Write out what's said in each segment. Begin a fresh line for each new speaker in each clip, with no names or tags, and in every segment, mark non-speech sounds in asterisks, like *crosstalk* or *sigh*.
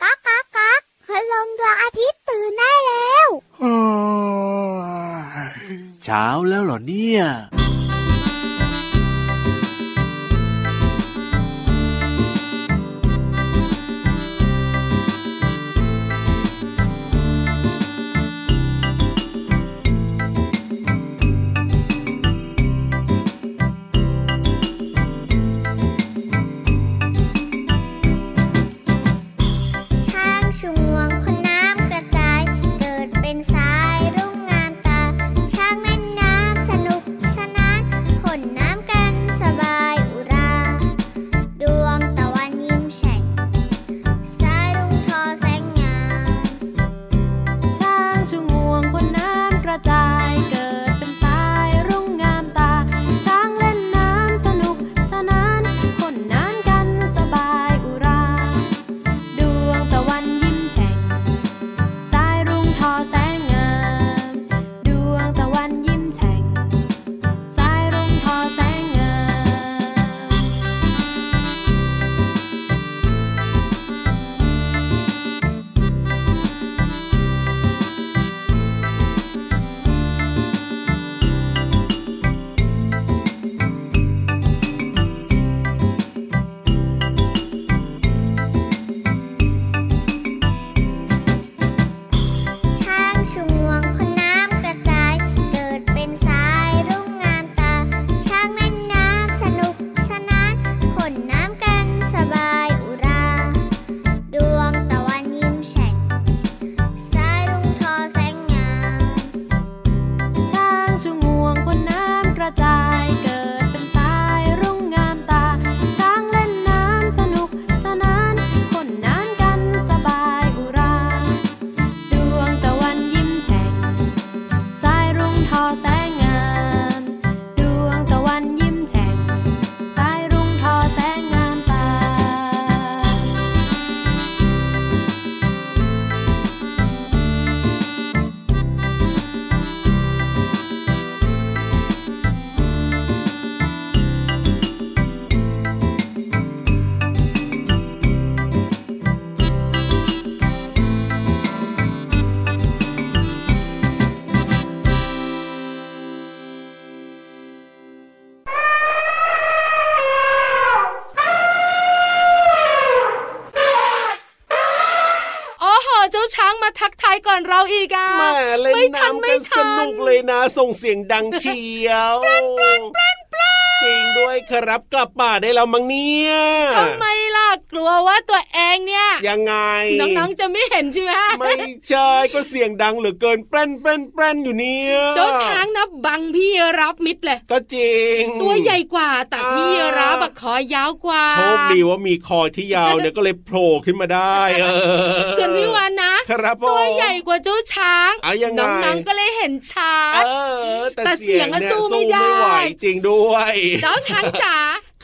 ก๊ากก๊ากก๊ากพลงดวงอาทิตย์ตื่นได้แล้ว
เช้าแล้วเหรอเนี่ย
ช้างชวงคนน้ำกระจาย เกิดเป็นสายรุ่งงามตา ช้างเล่นน้ำสนุกสนานขนน้ำกันสบายอุรา ดวงตะวันยิ้มแฉ่งสายรุ่งทอแสงงาม
ช้างชูงวงบนน้ำกระจาย เกิดเป็นสายรุ่งงามตา ช้างเล่นน้ำสนุกสนานคนน้ำกันสบายอุรา ดวงตะวันยิ้มแฉ่ง สายรุ่งทอแสงงาม ดวงตะวันยิ้มแฉ่ง สายรุ่งทอแสงงาม
ช้างชูงวงคนน้ำกระจาย เกิดเป็นสายรุ่งงามตา ช้างเล่นน้ำสนุกสนานขนน้ำกันสบายอุรา ดวงตะวันยิ้มแฉ่งสายรุ่งทอแสงงาม
ช้างชูงวงบนน้ำกระจาย เกิดเป็นสายรุ่งงามตา ช้างเล่นน้ำสนุกสนานคนน้ำกันสบายอุรา ดวงตะวันยิ้มแฉ่ง สายรุ่งทอแสงงาม ดวงตะวันยิ้มแฉ่ง สายรุ่งทอแสงงามตา
อ๋อเหอะเจ้าช้างมาทักทายก่อนเราอีกอ่ะ
แม่เล่น
ไม่ทัน
น้ำ
ไม่
กันส
ทัน
นุกเลยนะ ส่งเสียงดังเชียวจริงด้วยครับกลับป่าได้แล้วมั้งเนี่ย
ทำไมล่ะกลัวว่าตัวเองเนี่ย
ยังไง
*laughs* น้องๆจะไม่เห็นใช่ไหม
ไม่ใช่ก็เสียงดังเหลือเกินแปรนแปรนแปรนอยู่เนี่ย
เจ้าช้างนะบังพี่รับมิดเลย
ก็จริง
ตัวใหญ่กว่าแต่
อ่า
พี่รับอะคอยาวกว่า
โชคดีว่ามีคอที่ยาวเนี่ยก็เลยโผล่ขึ้นมาได้ เออ
ส่วนพี่วานนะ
ครับผม
ตัวใหญ่กว่าเจ้าช้าง
อ่ะยังไง
น้องๆก็เลยเห็นชัด
เออ
แต่
แต่
เสี
เสี
ย
ย
ง
ง
อะ
เนี่ย
สู้
สู้
ไม่
ไม่ไหว
ได้
จริงด้วย
เจ้าช้างจ๋า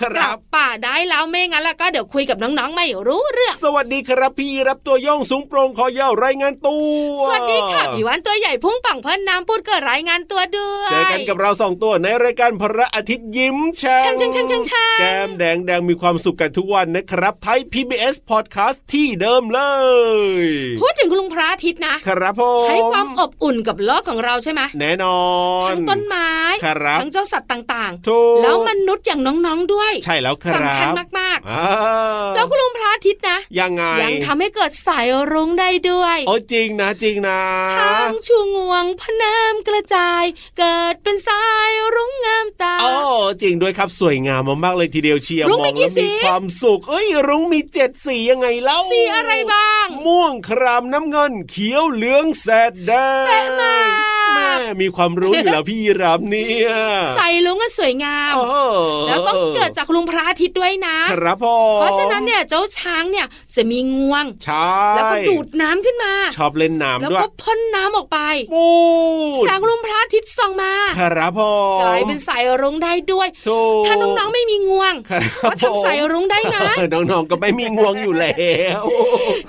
ครับ
กลับป่าได้แล้วไม่งั้นแล้วก็เดี๋ยวคุยกับน้องๆไม่รู้เรื่อง
สวัสดีครับพี่รับตัวโย่องสูงโปรงคอยาวรายงานตัว
สวัสดีค่ะพี่วานตัวใหญ่พุ่งป่องเพิ่นน้ำพูดเกิดรายงานตัวด้วย
เจอกันกับเราสองตัวในรายการพระอาทิตย์ยิ้มแฉ่
แฉ่งแฉ่งแฉ่งแฉ่งแฉ่ง
แก้มแดงแดงมีความสุขกันทุกวันนะครับ ไทย PBS Podcast ที่เดิมเลย
พูดถึงคุณลุงพระอาทิตย์นะ
ครับผม
ให้ความอบอุ่นกับโลกของเราใช่ไหม
แน่นอน
ทั้งต้นไม้
ครับ
ทั้งเจ้าสัตว์ต่าง
ถูก
ๆ แล้วมนุษย์อย่างน้องๆด้วย
ใช่แล้วครับ
สำคัญมาก
อ่า
ๆ แล้วคุณลุงพระอาทิตย์นะ
ยังไง
ยังทำให้เกิดสายรุ้งได้ด้วย
โอ้จริงนะจริงนะ
ช้างชูงวงพะนามกระจาย เกิดเป็นสายรุ้งงามตา
โอ้จริงด้วยครับสวยงามมากๆเลยทีเดียวเชียร์
รุ้ง
ม
มี
อง
กี่
แล้ว
สี
มีความสุขเอ้ย รุ้งมีเจ็ดสียังไงเล่า
สีอะไรบ้าง
ม่วงครามน้ำเงิน เขียวเหลืองแสดแดง
เป๊ะมาก
แม่มีความรู้อยู่แล้วพี่รามเนี่ย
ใส่ลุงก็สวยงาม
โอ้
แล้วต้องเกิดจากลุงพระอาทิตย์ด้วยนะ
ครับพ่อ
เพราะฉะนั้นเนี่ยเจ้าช้างเนี่ยจะมีงวง
ใช่
แล้วก็ดูดน้ำขึ้นมา
ชอบเล่น
แล้ว
น้ำด้วย
ก็พ่นน้ำออกไป
ปูด
แสงลุงพระอาทิตย์ส่องมา
ครับพ่อก
ลายเป็นสายรุ้งได้ด้วย
ถูก
ถ้าน้องๆไม่มีงวง
ครับ
ก็ทำสายรุ้งได้นะ
น้องๆก็ไม่มีงวงอยู่แล้ว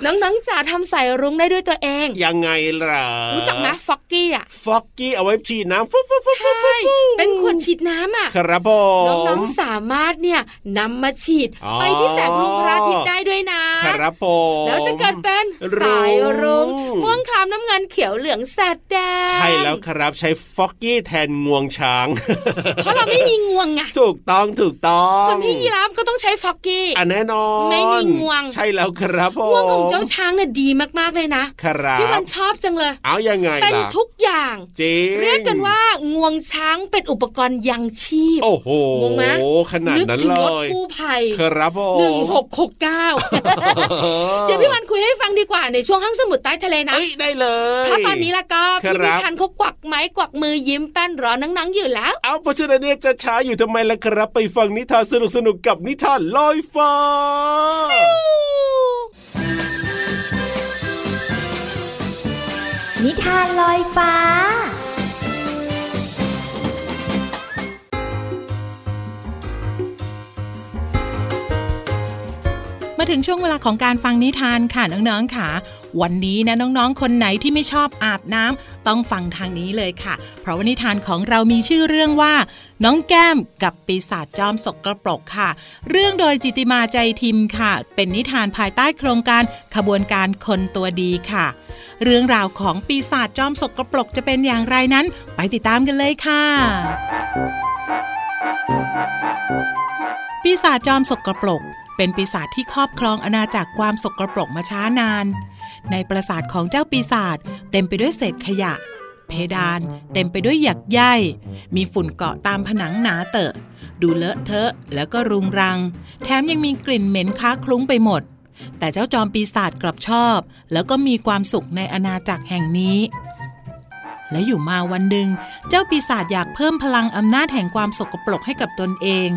น้องๆจะทำสายรุ้งได้ด้วยตัวเอง
ยังไงล่ะ
รู้จักไหมฟอกกี้อ่ะ
ฟอกกี้เอาไว้ฉีดน้ำฟุ๊บฟุ๊บฟุ๊บฟุ๊บ
ใช่เป็นขวดฉีดน้ำอ่ะ
ครับผ
น้
ม
องๆสามารถเนี่ยนำมาฉีด
อ๋อ
ไปที่แสงลุงพระอาทิตย์ได้ด้วยนะ
คร ครับผม
แล้วจะเกิดเป็นสายรุ้ง
รุ้ง
ม่วงคล้ำน้ำเงินเขียวเหลืองแสดแดง
ใช่แล้วครับใช้ฟอกกี้แทนงวง
*laughs*
ช้าง
เพราะเราไม่มีงวงไง
ถูกต้องถูกต้อง
ส่วนพี่ยีราฟก็ต้องใช้ฟอกกี้
อ่ะแน่นอน
ไม่มีงวง
ใช่แล้วครับผม
งวงของเจ้าช้างน่ะดีมากๆเลยนะ
ครั
พี่วั
บ
นชอบจังเลย
เอายังไง
เป็น
ล่ะ
ทุกอย่าง
จริง
เรียกกันว่างวงช้างเป็นอุปกรณ์ยังชีพ
โอ้โห
งงไหม
ขนาด
นึก
นั้น
ถึง
เล
รถ
ย
กู้ภัย
ครับผม
หนึ่งหกหก
*laughs*
เก้าเดี๋ยวพี่วันคุยให้ฟังดีกว่าในช่วงห้างสมุดใต้ทะเลนะ
เอ้ยได้เลย
ถ้าตอนนี้ละก็
ครั
พี่
บ
นิทานเขากวักไม้กวักมือยิ้มแป้นร้อนนังๆอยู่แล้ว
เอาเพราะฉะนั้นเนี่ยจะช้าอยู่ทำไมล่ะครับไปฟังนิทานสนุกๆกับนิทานลอยฟ้า
นิทานลอยฟ้า
มาถึงช่วงเวลาของการฟังนิทานค่ะน้องๆค่ะ วันนี้นะน้องๆ คนไหนที่ไม่ชอบอาบน้ำต้องฟังทางนี้เลยค่ะ เพราะว่านิทานของเรามีชื่อเรื่องว่า น้องแก้มกับปีศาจจอมสกรปรกค่ะ เรื่องโดยจิติมาใจทิมค่ะ เป็นนิทานภายใต้โครงการขบวนการคนตัวดีค่ะ เรื่องราวของปีศาจจอมสกรปรกจะเป็นอย่างไรนั้น ไปติดตามกันเลยค่ะ ปีศาจจอมสกรปรก เป็นปีศาจที่ครอบครองอาณาจักรความสกรปรกมาช้านาน ในปราสาทของเจ้าปีศาจเต็มไปด้วยเศษขยะ เพดาน เต็มไปด้วยหยักใยมีฝุ่นเกาะตามผนังหนาเตอะ ดูเลอะเทอะแล้วก็รุงรัง แถมยังมีกลิ่นเหม็นค้าคลุ้งไปหมด แต่เจ้าจอมปีศาจกลับชอบ แล้วก็มีความสุขในอาณาจักรแห่งนี้ และอยู่มาวันหนึ่ง เจ้าปีศาจอยากเพิ่มพลังอำนาจแห่งความสกปรกให้กับตนเอง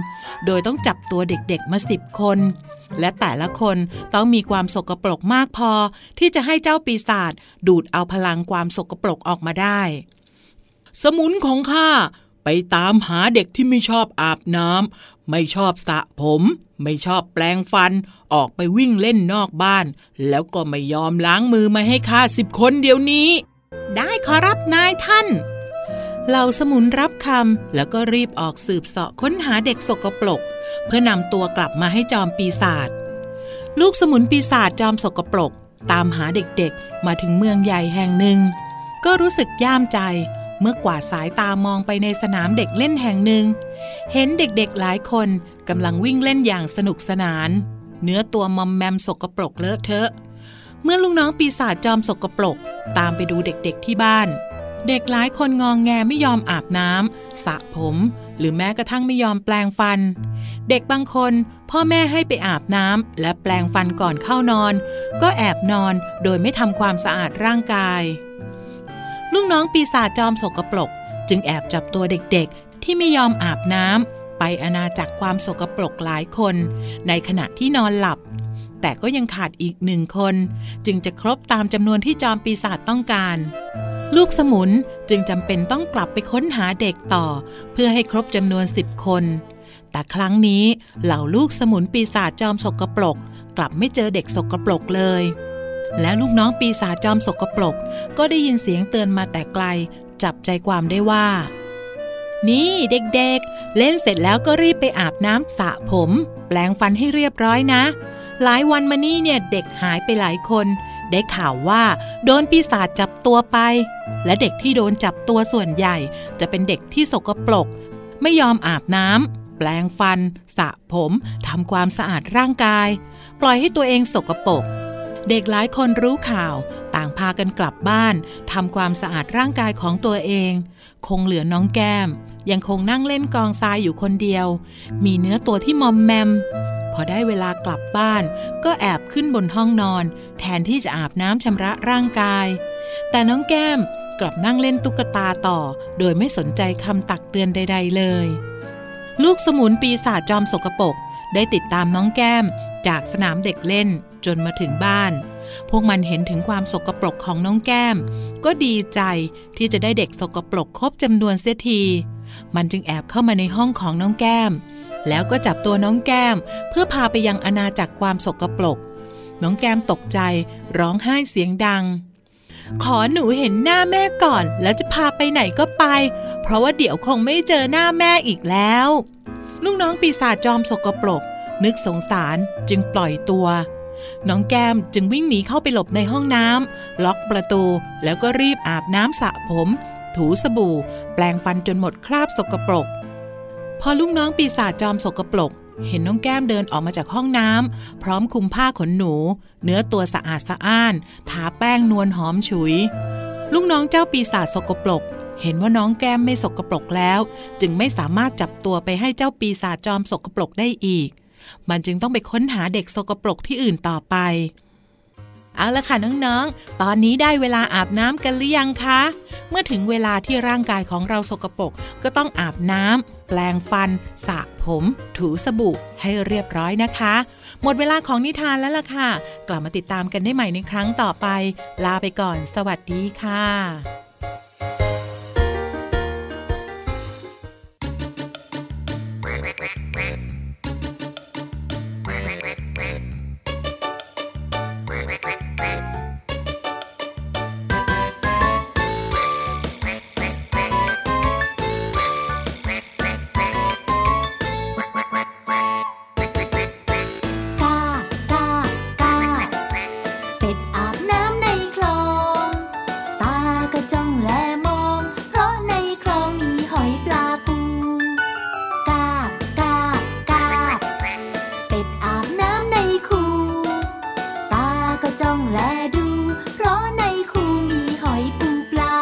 โดยต้องจับตัวเด็กๆมาสิบคน และแต่ละคนต้องมีความสกปรกมากพอ ที่จะให้เจ้าปีศาจดูดเอาพลังความสกปรกออกมาได้ สมุนของข้าไปตามหาเด็กที่ไม่ชอบอาบน้ำไม่ชอบสระผม ไม่ชอบแปลงฟัน ออกไปวิ่งเล่นนอกบ้าน แล้วก็ไม่ยอมล้างมือมาให้ข้าสิบคนเดี๋ยวนี้ ได้ขอรับนายท่าน เหล่าสมุนรับคำแล้วก็รีบออกสืบเสาะค้นหาเด็กสกปรก เพื่อนำตัวกลับมาให้จอมปีศาจลูกสมุนปีศาจจอมสกปรก ตามหาเด็กๆ มาถึงเมืองใหญ่แห่งหนึ่ง ก็รู้สึกย่ามใจ เมื่อกวาดสายตามองไปในสนามเด็กเล่นแห่งหนึ่ง เห็นเด็กๆหลายคนกำลังวิ่งเล่นอย่างสนุกสนาน เนื้อตัวมอมแมมสกปรกเลอะเทอะ เมื่อลูกน้องปีศาจจอมสกปรก ตามไปดูเด็กๆที่บ้าน เด็กหลายคนงองแงไม่ยอมอาบน้ำสระผม หรือแม้กระทั่งไม่ยอมแปลงฟัน เด็กบางคนพ่อแม่ให้ไปอาบน้ำและแปลงฟันก่อนเข้านอน ก็แอบนอนโดยไม่ทำความสะอาดร่างกาย ลูกน้องปีศาจจอมสกปรก จึงแอบจับตัวเด็กๆ ที่ไม่ยอมอาบน้ำไปอาณาจักรความสกปรกหลายคน ในขณะที่นอนหลับ แต่ก็ยังขาดอีกหนึ่งคน จึงจะครบตามจำนวนที่จอมปีศาจต้องการ ลูกสมุนจึงจำเป็นต้องกลับไปค้นหาเด็กต่อ เพื่อให้ครบจำนวน 10 คน แต่ครั้งนี้เหล่าลูกสมุนปีศาจจอมสกปรก กลับไม่เจอเด็กสกปรกเลย และลูกน้องปีศาจจอมสกปรก ก็ได้ยินเสียงเตือนมาแต่ไกล จับใจความได้ว่า นี่เด็กๆ เล่นเสร็จแล้วก็รีบไปอาบน้ำสระผม แปลงฟันให้เรียบร้อยนะ หลายวันมานี้เนี่ยเด็กหายไปหลายคน ได้ข่าวว่า โดนปีศาจจับตัวไป และเด็กที่โดนจับตัวส่วนใหญ่ จะเป็นเด็กที่สกปรก ไม่ยอมอาบน้ำแปลงฟันสระผมทำความสะอาดร่างกาย ปล่อยให้ตัวเองสกปรก เด็กหลายคนรู้ข่าว ต่างพากันกลับบ้านทำความสะอาดร่างกายของตัวเอง คงเหลือน้องแก้ม ยังคงนั่งเล่นกองทรายอยู่คนเดียว มีเนื้อตัวที่มอมแมม พอได้เวลากลับบ้าน ก็แอบขึ้นบนห้องนอน แทนที่จะอาบน้ำชำระร่างกาย แต่น้องแก้มกลับนั่งเล่นตุ๊กตาต่อ โดยไม่สนใจคำตักเตือนใด ๆ เลย ลูกสมุนปีศาจจอมสกปรกได้ติดตามน้องแก้ม จากสนามเด็กเล่นจนมาถึงบ้าน พวกมันเห็นถึงความสกปรกของน้องแก้ม ก็ดีใจที่จะได้เด็กสกปรกครบจำนวนเสียที มันจึงแอบเข้ามาในห้องของน้องแก้ม แล้วก็จับตัวน้องแก้ม เพื่อพาไปยังอาณาจักรความสกปรก น้องแก้มตกใจร้องไห้เสียงดัง ขอหนูเห็นหน้าแม่ก่อน แล้วจะพาไปไหนก็ไป เพราะว่าเดี๋ยวคงไม่เจอหน้าแม่อีกแล้ว ลูกน้องปีศาจจอมสกปรก นึกสงสารจึงปล่อยตัว น้องแก้มจึงวิ่งหนีเข้าไปหลบในห้องน้ำล็อกประตู แล้วก็รีบอาบน้ำสระผม ถูสบู่ แปลงฟันจนหมดคราบสกปรก พอลูกน้องปีศาจจอมสกปรก เห็นน้องแก้มเดินออกมาจากห้องน้ำพร้อมคลุมผ้าขนหนู เนื้อตัวสะอาดสะอ้าน ทาแป้งนวลหอมฉุย ลูกน้องเจ้าปีศาจสกปรก เห็นว่าน้องแก้มไม่สกปรกแล้ว จึงไม่สามารถจับตัวไปให้เจ้าปีศาจจอมสกปรกได้อีก มันจึงต้องไปค้นหาเด็กสกปรกที่อื่นต่อไป เอาละค่ะน้องๆ ตอนนี้ได้เวลาอาบน้ำกันหรือยังคะ เมื่อถึงเวลาที่ร่างกายของเราสกปรกก็ต้องอาบน้ำแปลงฟัน สระผม ถูสบู่ให้เรียบร้อยนะคะ หมดเวลาของนิทานแล้วล่ะค่ะ กลับมาติดตามกันได้ใหม่ในครั้งต่อไป ลาไปก่อน สวัสดีค่ะ
กา กา กา เป็ดอาบน้ำในคลอง ตาก็จ้องและมอง เพราะในคลองมีหอยปลาปู กา กา กา เป็ดอาบน้ำในคูตาก็จ้องและดู เพราะในคูมีหอยปูปลา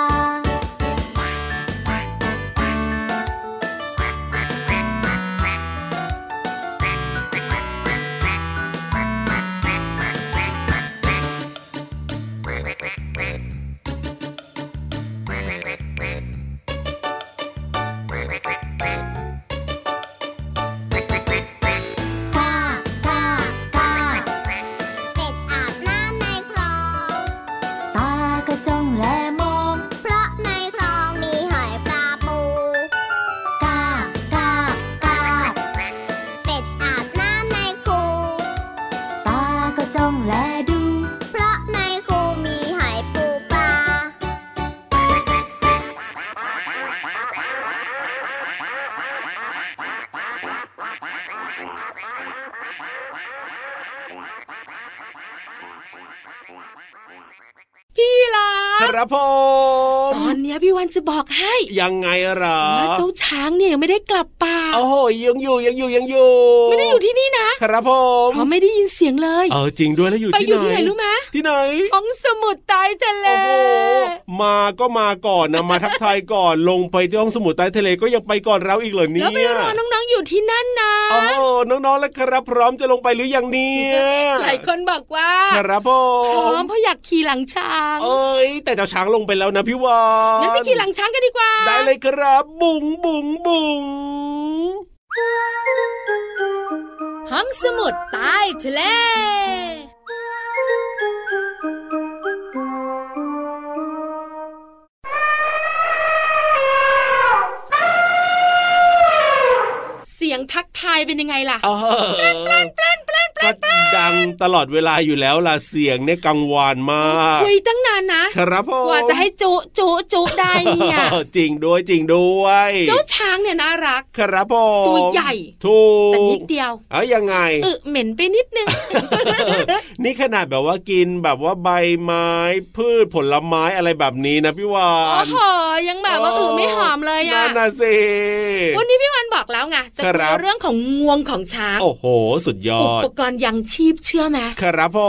กากากาเป็ดอาบน้ำในคลอง
ตาก็จ้องและมอง
เพราะในคลองมีหอยปลาปู กากากาเป็ดอาบน้ำในคู
ตาก็จ้องและดู
เพราะในคูมีหอยปูปลา
พี่ลั
ค
บ
รับผ
ต
ม
อนเนี้ยพี่วันจะบอกให้
ยังไงเหรอ
ว่าเจ้าช้างเนี่ยยังไม่ได้กลับป่า
โอ้โหยังอยู่ยังอยู่ยังอยู่
ไม่ได้อยู่ที่นี่นะครับ
ผม
เพราะไม่ได้ยินเสียงเลย
เออจริงด้วยแล้วอยู่
ไป
ที่
อยู่ที่ไหนรู้ไหม
ที่ไหน
ห้องสมุดใต้ทะเล
โอ้โห มาก็มาก่อนนะ มาทักทายก่อน ลงไปที่ห้องสมุดใต้ทะเลก็ยังไปก่อนเราอีกเหรอเนี่ย
แล้วไปรอน้องๆอยู่ที่นั่นนะ
โอ้โหน้องๆแล้วครับ พร้อมจะลงไปหรือยังเนี่ย
หลายคนบอกว่า
ครับผ
พร้อ
ม
มเพราะอยากขี่หลังช้าง
เอ้ย แต่เจ้าช้างลงไปแล้วนะพี่วาน
งั้นไปขี่หลังช้างกันดีกว่า
ได้เลยครับ บุ๋งบุ๋งบุ๋ง
ห้องสมุดใต้ทะเล เสียงทักทายเป็นยังไงล่ะ
เออก็ดังตลอดเวลาอยู่แล้วล่ะเสียงเนี่ยกังวานมาก
คุยตั้งนานนะครับ
ผม
กว่าจะให้จุจุจุได้เนี่ย
*laughs* จริงด้วยจริงด้วย
เจ้าช้างเนี่ยน่ารัก
ครับผม
ตัวใหญ่
ถูก
แต่นิดเดียว
เอ้ยยังไง
อึเหม็นไปนิดนึง
นี่ขนาดแบบว่ากินแบบว่าใบไม้ พืชผลไม้อะไรแบบนี้นะพี่วา
โอ้
น
โหยังแบบว่าอึไม่หอมเลยอ่ะ
นั่นน่ะสิ
วันนี้พี่วันบอกแล้วไงจะ
ค
คุ
รั
ย
บ
เรื่องของงวงของช้าง
โอ้โห สุดยอ
อุ
ด
ปกรณ์ยังชีพเชื่อไหม
ครับผ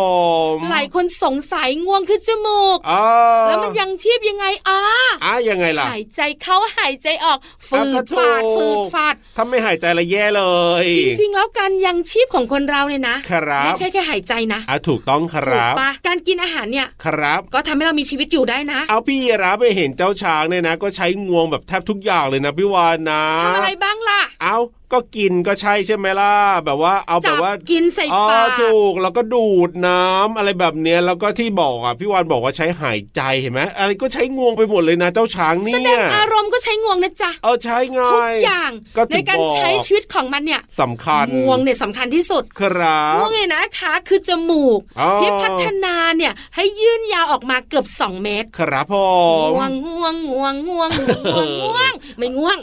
ม
หลายคนสงสัยง่วงขึ้นจมูก
อ๋อ
แล้วมันยังชีพยังไงอ่ะ
อ่ะยังไงล่ะ
หายใจเข้าหายใจออก ฝื
อ่ะก็
ด
ถูก
ฟาดฝืดฟาด
ถ้าไม่หายใจละแย่เลย
จริง ๆ แล้วการยังชีพของคนเราเนี่ยนะครับ ไม่ใช่แค่หายใจนะ
อ่ะถูกต้องค
ถูก
รับ
ปะการกินอาหารเนี่ย
ครับ
ก็ทำให้เรามีชีวิตอยู่ได้นะ
เอาพี่รับไปเห็นเจ้าช้างเนี่ยนะ ก็ใช้งวงแบบแทบทุกอย่างเลยนะพี่วานนะ
ทำอะไรบ้างล่ะ
เอาก็กินก็ใช่ใช่ไหมล่ะแบบว่าเอาแบ
จั
บว่า
กินใส่
อ๋อ
ปาก
ถูกแล้วก็ดูดน้ำอะไรแบบเนี้ยแล้วก็ที่บอกอ่ะพี่วานบอกว่าใช้หายใจเห็นไหมอะไรก็ใช้งวงไปหมดเลยนะเจ้าช้างเนี่
แสด
ย
งอารมณ์ก็ใช้งวงนะจ๊ะ
เออใช้ไง
ทุกอย่าง
ก็ถึง
ในการ
บอก
ใช้ชีวิตของมันเนี่ย
สำคัญ
งวงเนี่ยสำคัญที่สุด
ครับ
ง่วงเนี่ยนะคะคือจมูก
อ๋อ
ที่พัฒนาเนี่ยให้ยื่นยาวออกมาเกือบ 2 เมตร
ครับผ
ง
ม่ *laughs*
วงง่วงง่วงง่วงง่วงง่วงไม่ง่วง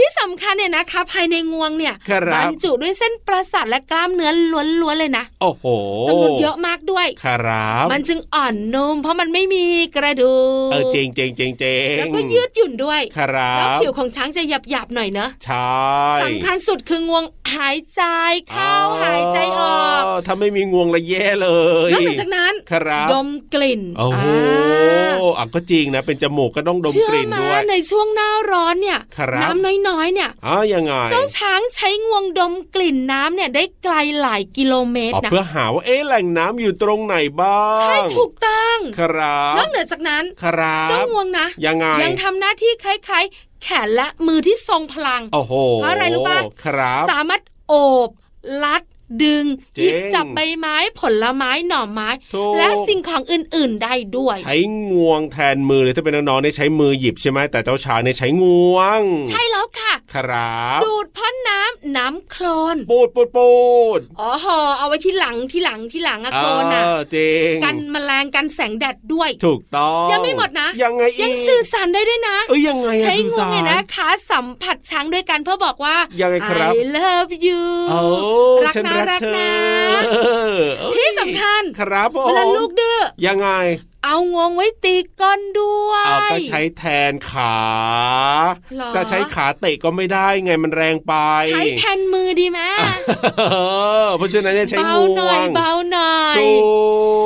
ที่สำคัญเนี่ยนะคะภายในงวงเนี่ย
ครับ
รรจุด้วยเส้นประสาทและกล้ามเนื้อล้วนๆเลยนะ
โอ้โห
จำนวนเยอะมากด้วย
ครับ
มันจึงอ่อนนุ่มเพราะมันไม่มีกระดูก
เออเจงเจงเจงเจง
แล้วก็ยืดหยุ่นด้วย
ครั
แล้ว
บ
ผิวของช้างจะหยาบๆหน่อยเนอะ
ใช่
สำคัญสุดคืองวงหายใจเข้าหายใจออก
ถ้าไม่มีงวงละแย่เลย
นอกเหนือจากนั้น
ครับ
ดมกลิ่น
โอ้โห
อ่า
อ่ะก็จริงนะ เป็นจมูกก็ต้องดม
เชื่อก
ลิ่น
ไห
ด้วย
ในช่วงหน้าร้อนเนี่ย
ครับ
น้ำน้อยๆเนี่ย
อ๋อยังไง
เจ้าช้างใช้งวงดมกลิ่นน้ำเนี่ยได้ไกลหลายกิโลเมตร
อ๋อ
นะ
เพื่อหาว่าเอ๊ะแหล่งน้ำอยู่ตรงไหนบ้าง
ใช่ถูกต้อง
ครับ
นอกเหนือจากนั้น
ครับ
เจ้างวงนะ
ยังไง
ยังทำหน้าที่คล้ายๆ แขนและมือที่ทรงพลัง
โอ้โห
เพราะอะไรรู้ปะ
ครับ
สามารถโอบลัดดึง
จริง
หยิบจับใบไม้ผลไม้หน่อไม้
ถูก
และสิ่งของอื่นๆได้ด้วย
ใช้งวงแทนมือเลยถ้าเป็นน้องๆเนี่ยใช้มือหยิบใช่ไหมแต่เจ้าช้างเนี่ยใช้งวง
ใช่แล้วค่ะ
ครับ
ดูดพ่นน้ำน้ำโคลน
ปูดปูดปูด
อ๋อเหอะเอาไว้ที่หลังที่หลังที่หลังอะโคลนอะ
เออจริง
กันแมลงกันแสงแดดด้วย
ถูกต้อง
ยังไม่หมดนะ
ยังไงอีก
ยังสื่อสารได้ด้วยนะ
เอ้ยยังไงอะ
ใช้
สื่
ง
อ
ว
สาง ร
เนี่ยนะคะสัมผัสช้างด้วยกันเพื่อบอกว่า
ยังไงครับ
I love you
โอ้
รัก
ฉัน
นะ
รัก
รัก
เธอ
นะ
เออเอ้ย
ที่สำคัญ
ครับผม
เวลาลูกดื้อ
ยังไง
เอางวงไว้ตีก้นด้วย
เอาก็ใช้แทนขา
หรอ
จะใช้ขาเตะก็ไม่ได้ไงมันแรงไป
ใช้แทนมือดีไหม
เออ *laughs* เพราะฉะนั้นเนี่ยใช้
เบาง หน่
ว
อย
ง
เบาหน่อย
ถู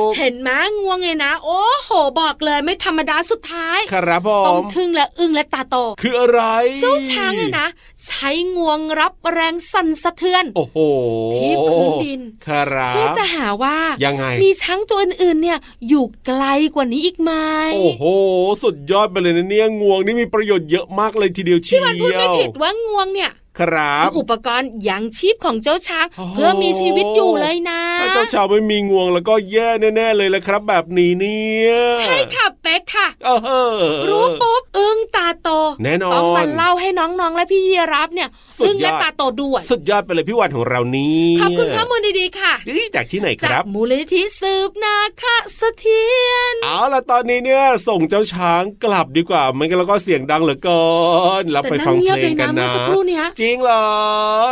ก
เห็นไหมงวงเนี่ยนะ โอ้โหบอกเลยไม่ธรรมดาสุดท้าย
ครับผ
ต้อง
ม
ทึ่งและอึ้งและตาโต
คืออะไร
เจ้าช้างเนี่ยนะ ใช้งวงรับแรงสั่นสะเทือน
โอ้โห
ที่พื้นดิน
ครับ
เพื่อจะหาว่า
ยังไง
มีช้างตัวอื่นๆเนี่ยอยู่ไกลกว่านี้อีกไหม
โอ้โห สุดยอดไปเลยนะเนี่ยงวงนี่มีประโยชน์เยอะมากเลยทีเดียวเชียว
พี่วันพูดไม่ผิดว่างวงเนี่ย
ครับ
คืออุปกรณ์ยังชีพของเจ้าช้าง
โอ้โห
เพื่อมีชีวิตอยู่เลยนะ
ถ้าเจ้าชาวไม่มีงวงแล้วก็แย่แน่ๆเลยละครับ แบบนี้เนี่ย
ใช่ค่ะเป๊กค่ะ
เออเออ
รู้ปุ๊บอึ้งตาโต
แน่นอน
ต้องมาเล่าให้น้องๆและพี่ยีรับเนี่ย
สุดยอด
อึ้งและตาโตด้วย
สุดยอดไปเลยพี่วันของเรานี้
ขอบคุณข้อมูลดีๆค่ะ
จากที่ไหนค
จาก
รับ
มูลนิธิสืบนาคะเสถียร
เอาล่ะตอนนี้เนี่ยส่งเจ้าช้างกลับดีกว่าไม่งั้นเราก็เสียงดังเหลือเกินแล้ว
แต่
ไป
นั่
ฟั
ง
ง
เงี
เพล
ยบเล
ง
ย
กัน
นะเมื่อ
นะ
สักครู่เนี้ย
จริงเหรอ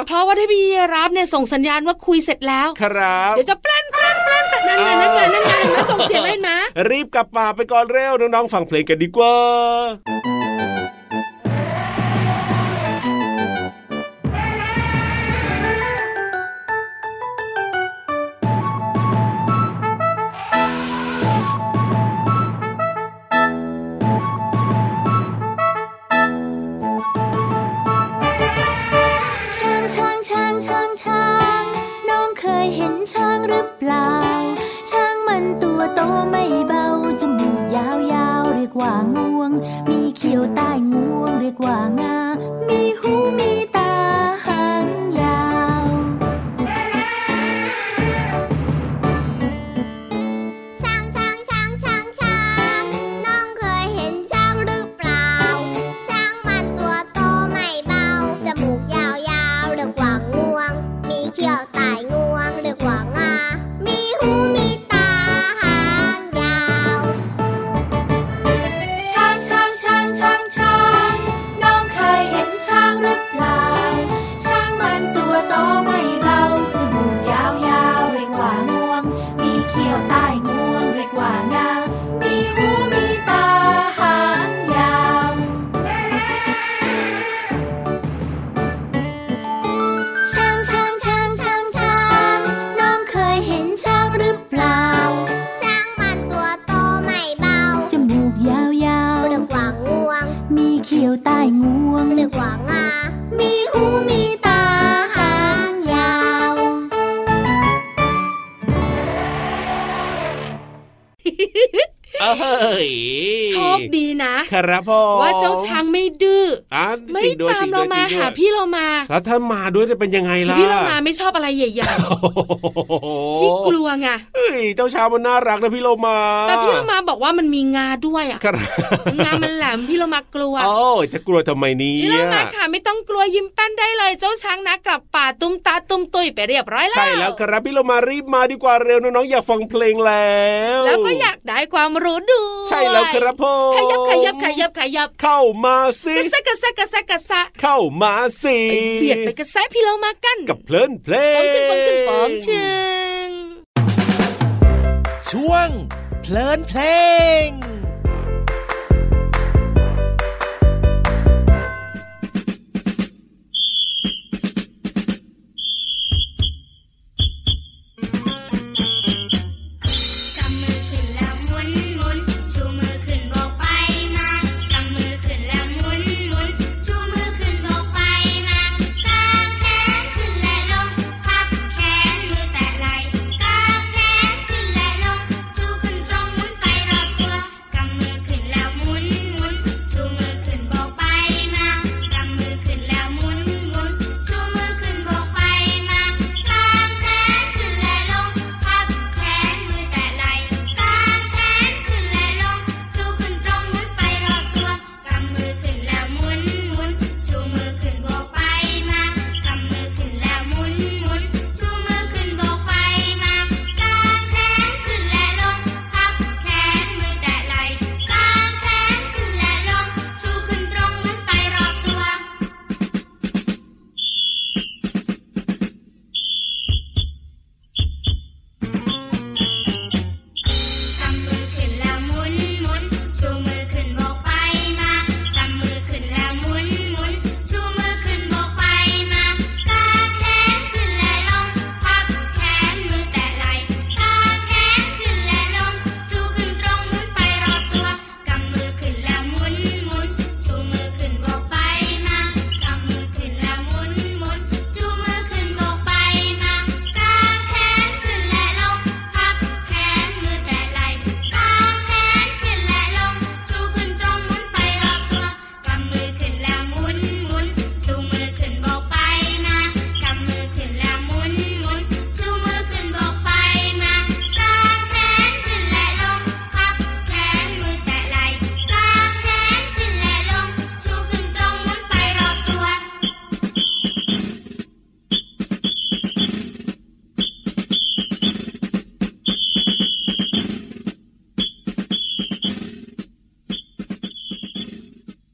เพราะว่าถ้าพี่รับเนี่ยส่งสัญญาณว่าคุยเสร็จแล้ว
ครับ
เดี๋ยวจะแปลนแปลนแปลนแปลนนั่นไงนั่นไงนั่นไงเห็นไหมาส่งเสียงเลยนะ
รีบกลับป่าไปก่อนเร็วน้องๆฟังเพลงกันดีกว่า
ช้างช้างช้างช้างช้างน้องเคยเห็นช้างหรือเปล่า ช้างมันตัวโตไม่เบาจมูกยาวยาวๆเรียกว่างวง มีเขียวใต้งวงเรียกว่างา มีหูมีตาหางยาว
ช้างช้างช้างช้างช้างน้องเคยเห็นช้างหรือเปล่า ช้างมันตัวโตไม่เบา จมูกยาวยาวๆเรียกว่างวง มีเขี้ยวไต่งวงเรียกว่างา มีหูมีตาหางยาว
ช้างช้างช้างช้างช้างน้องเคยเห็นช้างหรือเปล่า ช้างมันตัวโตไม่เบาจมูกยาวยาวๆเรียกว่างวง มีเขียวใต้งวงเรียกว่างา มีหูมีตาหางยาว
ช้างช้างช้างช้างช้างน้องเคยเห็นช้างหรือเปล่า ช้างมันตัวโตไม่เบา
จมูกยาวยาว
เรียกว่างวง
ๆมีเขียวใต้งวง
เรียกว่างา มีหูมีตาหางยาว
เอ้ย
โชคดีนะ
ครับผม
ว่าเจ้าช้างไม่ดื้อ
อ่ะ
ไม่
จริงด้วย
ตา
จริงด้
มเรา
วยจ
มา
ริงด้
หา
วย
พี่เรามา
แล้วถ้ามาด้วยจะเป็นยังไงล่ะ
พี่เรามาไม่ชอบอะไรใหญ่
โอ้โห
ๆที่กลัวไง
เอ้ยเจ้าช้างมันน่ารักนะพี่โลมา
แต่พี่เรามาบอกว่ามันมีงาด้วยอ่ะ
ครับ
งามันแหลมพี่เรามากลัว
โอ้ยจะกลัวทำไมเนี่
พี่เรา
ย
มาค่ะไม่ต้องกลัวยิ้มแป้นได้เลยเจ้าช้างนะกลับป่าตุ้มตาตุ้มตุยไปเรียบร้อยแล้ว
ใช่แล้วครับพี่เรามารีบมาดีกว่าเร็วน้องๆอยากฟังเพลงแล้ว
แล้วก็อยากได้ความรู้ รู้ด้วย
ใช่แล้วครับผม
ขยับขยับขยับขยับ
เข้ามาสิ
กระแซะกระแซะกระแซะกระแซะ
เข้ามาสิ
ไปเบียดไปกระแซะพี่เรามากัน
กับเพลินเพล
ปอง
ง
ชึงปองชึงปองชึง
ช่วง เพลินเพลง
กำมือขึ้นแล้วหมุนหมุน ชูมือขึ้นโบกไปมา กำมือขึ้นแล้วหมุนหมุน ชูมือขึ้นโบกไปมากางแขนขึ้นและลง พับแขนมือแตะไหล่กางแขนขึ้นและลง ชูขึ้นตรงหมุนไปรอบตัว กำมือขึ้นแล้วหมุนหมุน ชูมือขึ้นโบกไปมา กำมือขึ้นแล้วหมุนหมุน ชูมือขึ้นโบกไปมากางแขนขึ้นและลง พับแขนมือแตะไหล่กางแขนขึ้นและลง ชูขึ้นตรงหมุนไปรอบตัว กำมือขึ้นแล้วหมุนหมุน ชูมือขึ้นโบกไปมา กำมือขึ้นแล้วหมุนหมุน ชูมือขึ้นโบกไปมากางแขนขึ้นและลง พับแขนมือแตะไหล่กางแขนขึ้นและลง ชูขึ้นตรงหมุนไปรอบตัว กำมือขึ้นแล้วหมุนหมุน ชูมือขึ้นโบกไปมา กำมือขึ้นแล้วหมุนหมุน ชูมือขึ้นโบกไปมากางแขนขึ้นและลง พับแขนมือแตะไหล่กางแขนขึ้นและลง ชูขึ้นตรงหมุนไปรอบตัว กำมือขึ้นแล้วหมุนหมุน ชูมือขึ้นโบกไปมา กำมือขึ้นแล้วหมุนหมุน ชูมือขึ้นโบกไปมากางแขนขึ้นและลง พับแขนมือแตะไหล่กางแขนขึ้นและลง ชูขึ้นตรงหมุนไปรอบตัว กำมือขึ้นแล้วหมุนหมุน ชูมือขึ้นโบกไปมา กำมือขึ้นแล้วหมุนหมุน ชูมือขึ้นโบกไปมากางแขนขึ้นและลง พับแขนมือแตะไหล่กางแขนขึ้นและลง ชูขึ้นตรงหมุนไปรอบตัว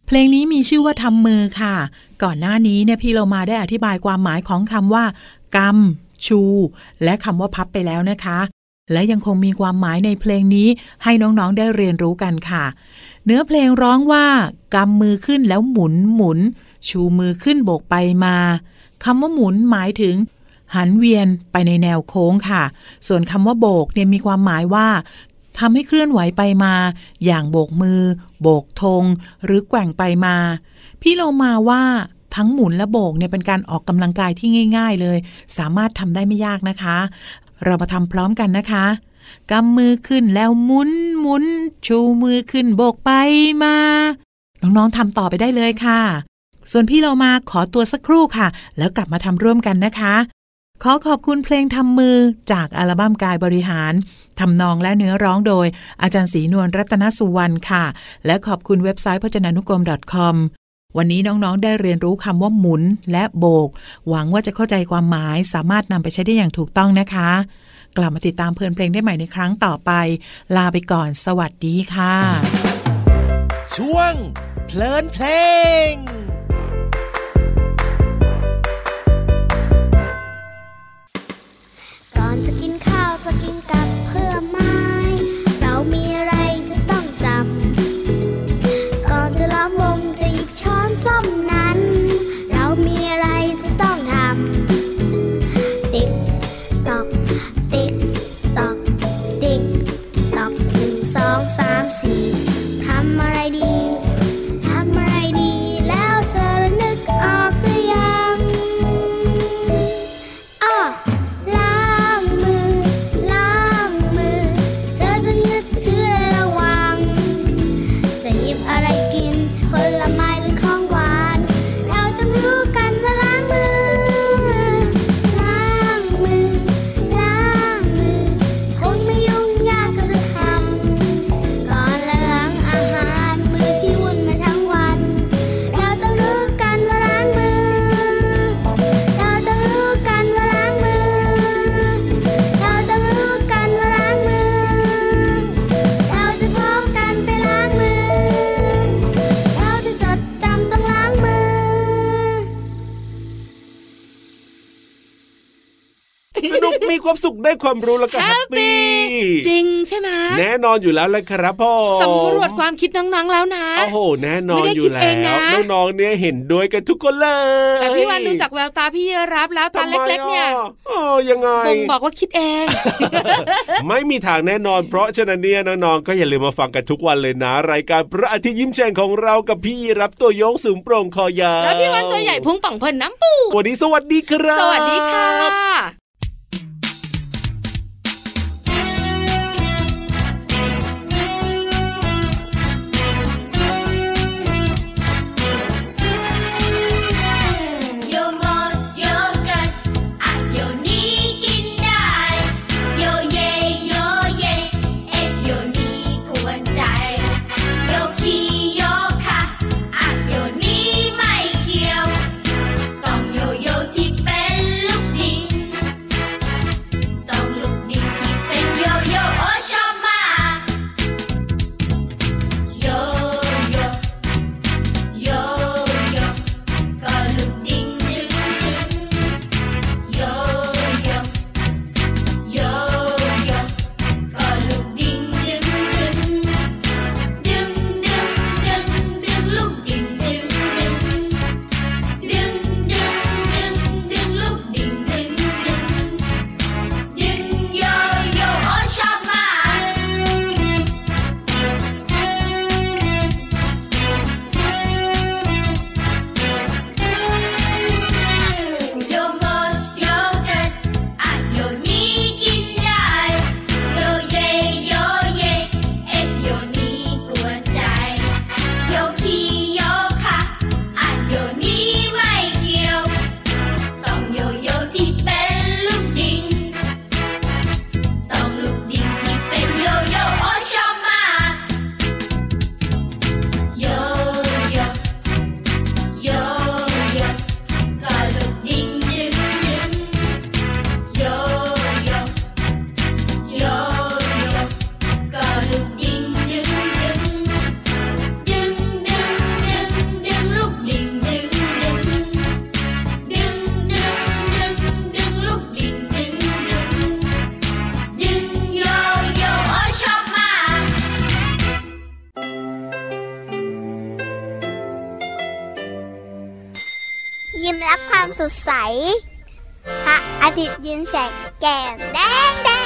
เพลงนี้มีชื่อว่าทำมือค่ะ ก่อนหน้านี้เนี่ยพี่เรามาได้อธิบายความหมายของคำว่ากำชู และคำว่าพับไปแล้วนะคะ และยังคงมีความหมายในเพลงนี้ให้น้องๆได้เรียนรู้กันค่ะ เนื้อเพลงร้องว่ากำมือขึ้นแล้วหมุนหมุน ชูมือขึ้นโบกไปมาคำว่าหมุนหมายถึง หันเวียนไปในแนวโค้งค่ะ ส่วนคำว่าโบกเนี่ยมีความหมายว่า ทำให้เคลื่อนไหวไปมา อย่างโบกมือ โบกธงหรือแกว่งไปมา พี่เรามาว่าทั้งหมุนและโบกเนี่ยเป็นการออกกำลังกายที่ง่าย ๆ เลย สามารถทำได้ไม่ยากนะคะ เรามาทำพร้อมกันนะคะกำมือขึ้นแล้วหมุนหมุน ชูมือขึ้นโบกไปมา น้องๆทำต่อไปได้เลยค่ะ ส่วนพี่เรามาขอตัวสักครู่ค่ะ แล้วกลับมาทำร่วมกันนะคะ ขอขอบคุณเพลงทำมือจากอัลบั้มกายบริหาร ทำนองและเนื้อร้องโดย อาจารย์ศรีนวลรัตนสุวรรณค่ะ และขอบคุณเว็บไซต์พจนานุกรม .com วันนี้น้องๆ ได้เรียนรู้คำว่าหมุนและโบก หวังว่าจะเข้าใจความหมายสามารถนำไปใช้ได้อย่างถูกต้องนะคะ กลับมาติดตามเพลินเพลงได้ใหม่ในครั้งต่อไป ลาไปก่อน สวัสดีค่ะ
ช่วง เพลินเพลง
ก่อนจะกินข้าวจะกินกับเพื่อไม้ เรามีอะไรจะต้องจำ ก่อนจะล้อมวงจะหยิบช้อนส้อมนั้น เรามีอะไรจะต้องทำ ติ๊กตอก ติ๊กตอก ติ๊กตอกหนึ่งสองสามสี่ทำอะไรดี ทำอะไรดีแล้ว
ความสุขได้ความรู้แล้วก็แฮปปี้
จริงใช่ไหม
แน่นอนอยู่แล้วแหละครับพ่อ
สำรวจความคิดน้องๆแล้วนะ
โอ้โห แน่นอน
ไม่ได้
อยู่
คิด
แล้
เองนะ
วน้องๆเนี่ยเห็นด้วยกันทุกคนเลย
แต่พี่วันดูจากแววตาพี่รับแล้วตา
ทำไม
เล็กๆเนี่ย
อ่ะอ๋อยังไง
บ่งบอกว่าคิดเอง
*laughs* ไม่มีทางแน่นอน เพราะฉะนั้นเนี่ยน้องๆก็อย่าลืมมาฟังกันทุกวันเลยนะ รายการพระอาทิตย์ยิ้มแฉ่งของเรากับพี่รับตัวโยงสูงโปร่งคอยาว
แล้วพี่วันตัวใหญ่พุงป่องเพิ่นน้ำปู
วันนี้สวัสดีครับ
สวัสดีค่ะ
โยโมดโยเกิร์ตอ่ะโยนี้กินได้ โยเยโยเย เอ็ดโยนี้กวนใจ โยคีโยคะอ่ะโยนี้ไม่เกี่ยว ต้องโยโยที่เป็นลูกดิงต้องลูกดิงที่เป็นโยโยโอชอบมากโยโยโยโย ก็ลุกดิ้งดึงดึงโยโยโยโยก็ลุกดิ้งดึงดึงดึงดึงดึงดึงลุกดิ้งดึงดึงดึงดึงดึงดึงลุกดิ้งดึงดึงดึงโยโยโอชอบมาก โยโมดโยเกิร์ตอ่ะโยนี้กินได้ โยเยโยเย เอ็ดโยนี้กวนใจ โยคีโยคะอ่ะโยนี้ไม่เกี่ยว ต้องโยโยที่เป็นลูกดิงต้องลูกดิงที่เป็นโยโยโอชอบมากโยโยโยโย ก็ลุกดิ้งดึงดึงโยโยโยโยก็ลุกดิ้งดึงดึงดึงดึงดึงดึงลุกดิ้งดึงดึงดึงดึงดึงดึงลุกดิ้งดึงดึงดึงโยโยโอ้ชอบมาก
ยิ้มรับความสดใส พระอาทิตย์ยิ้มแฉกแก้มแดงแดง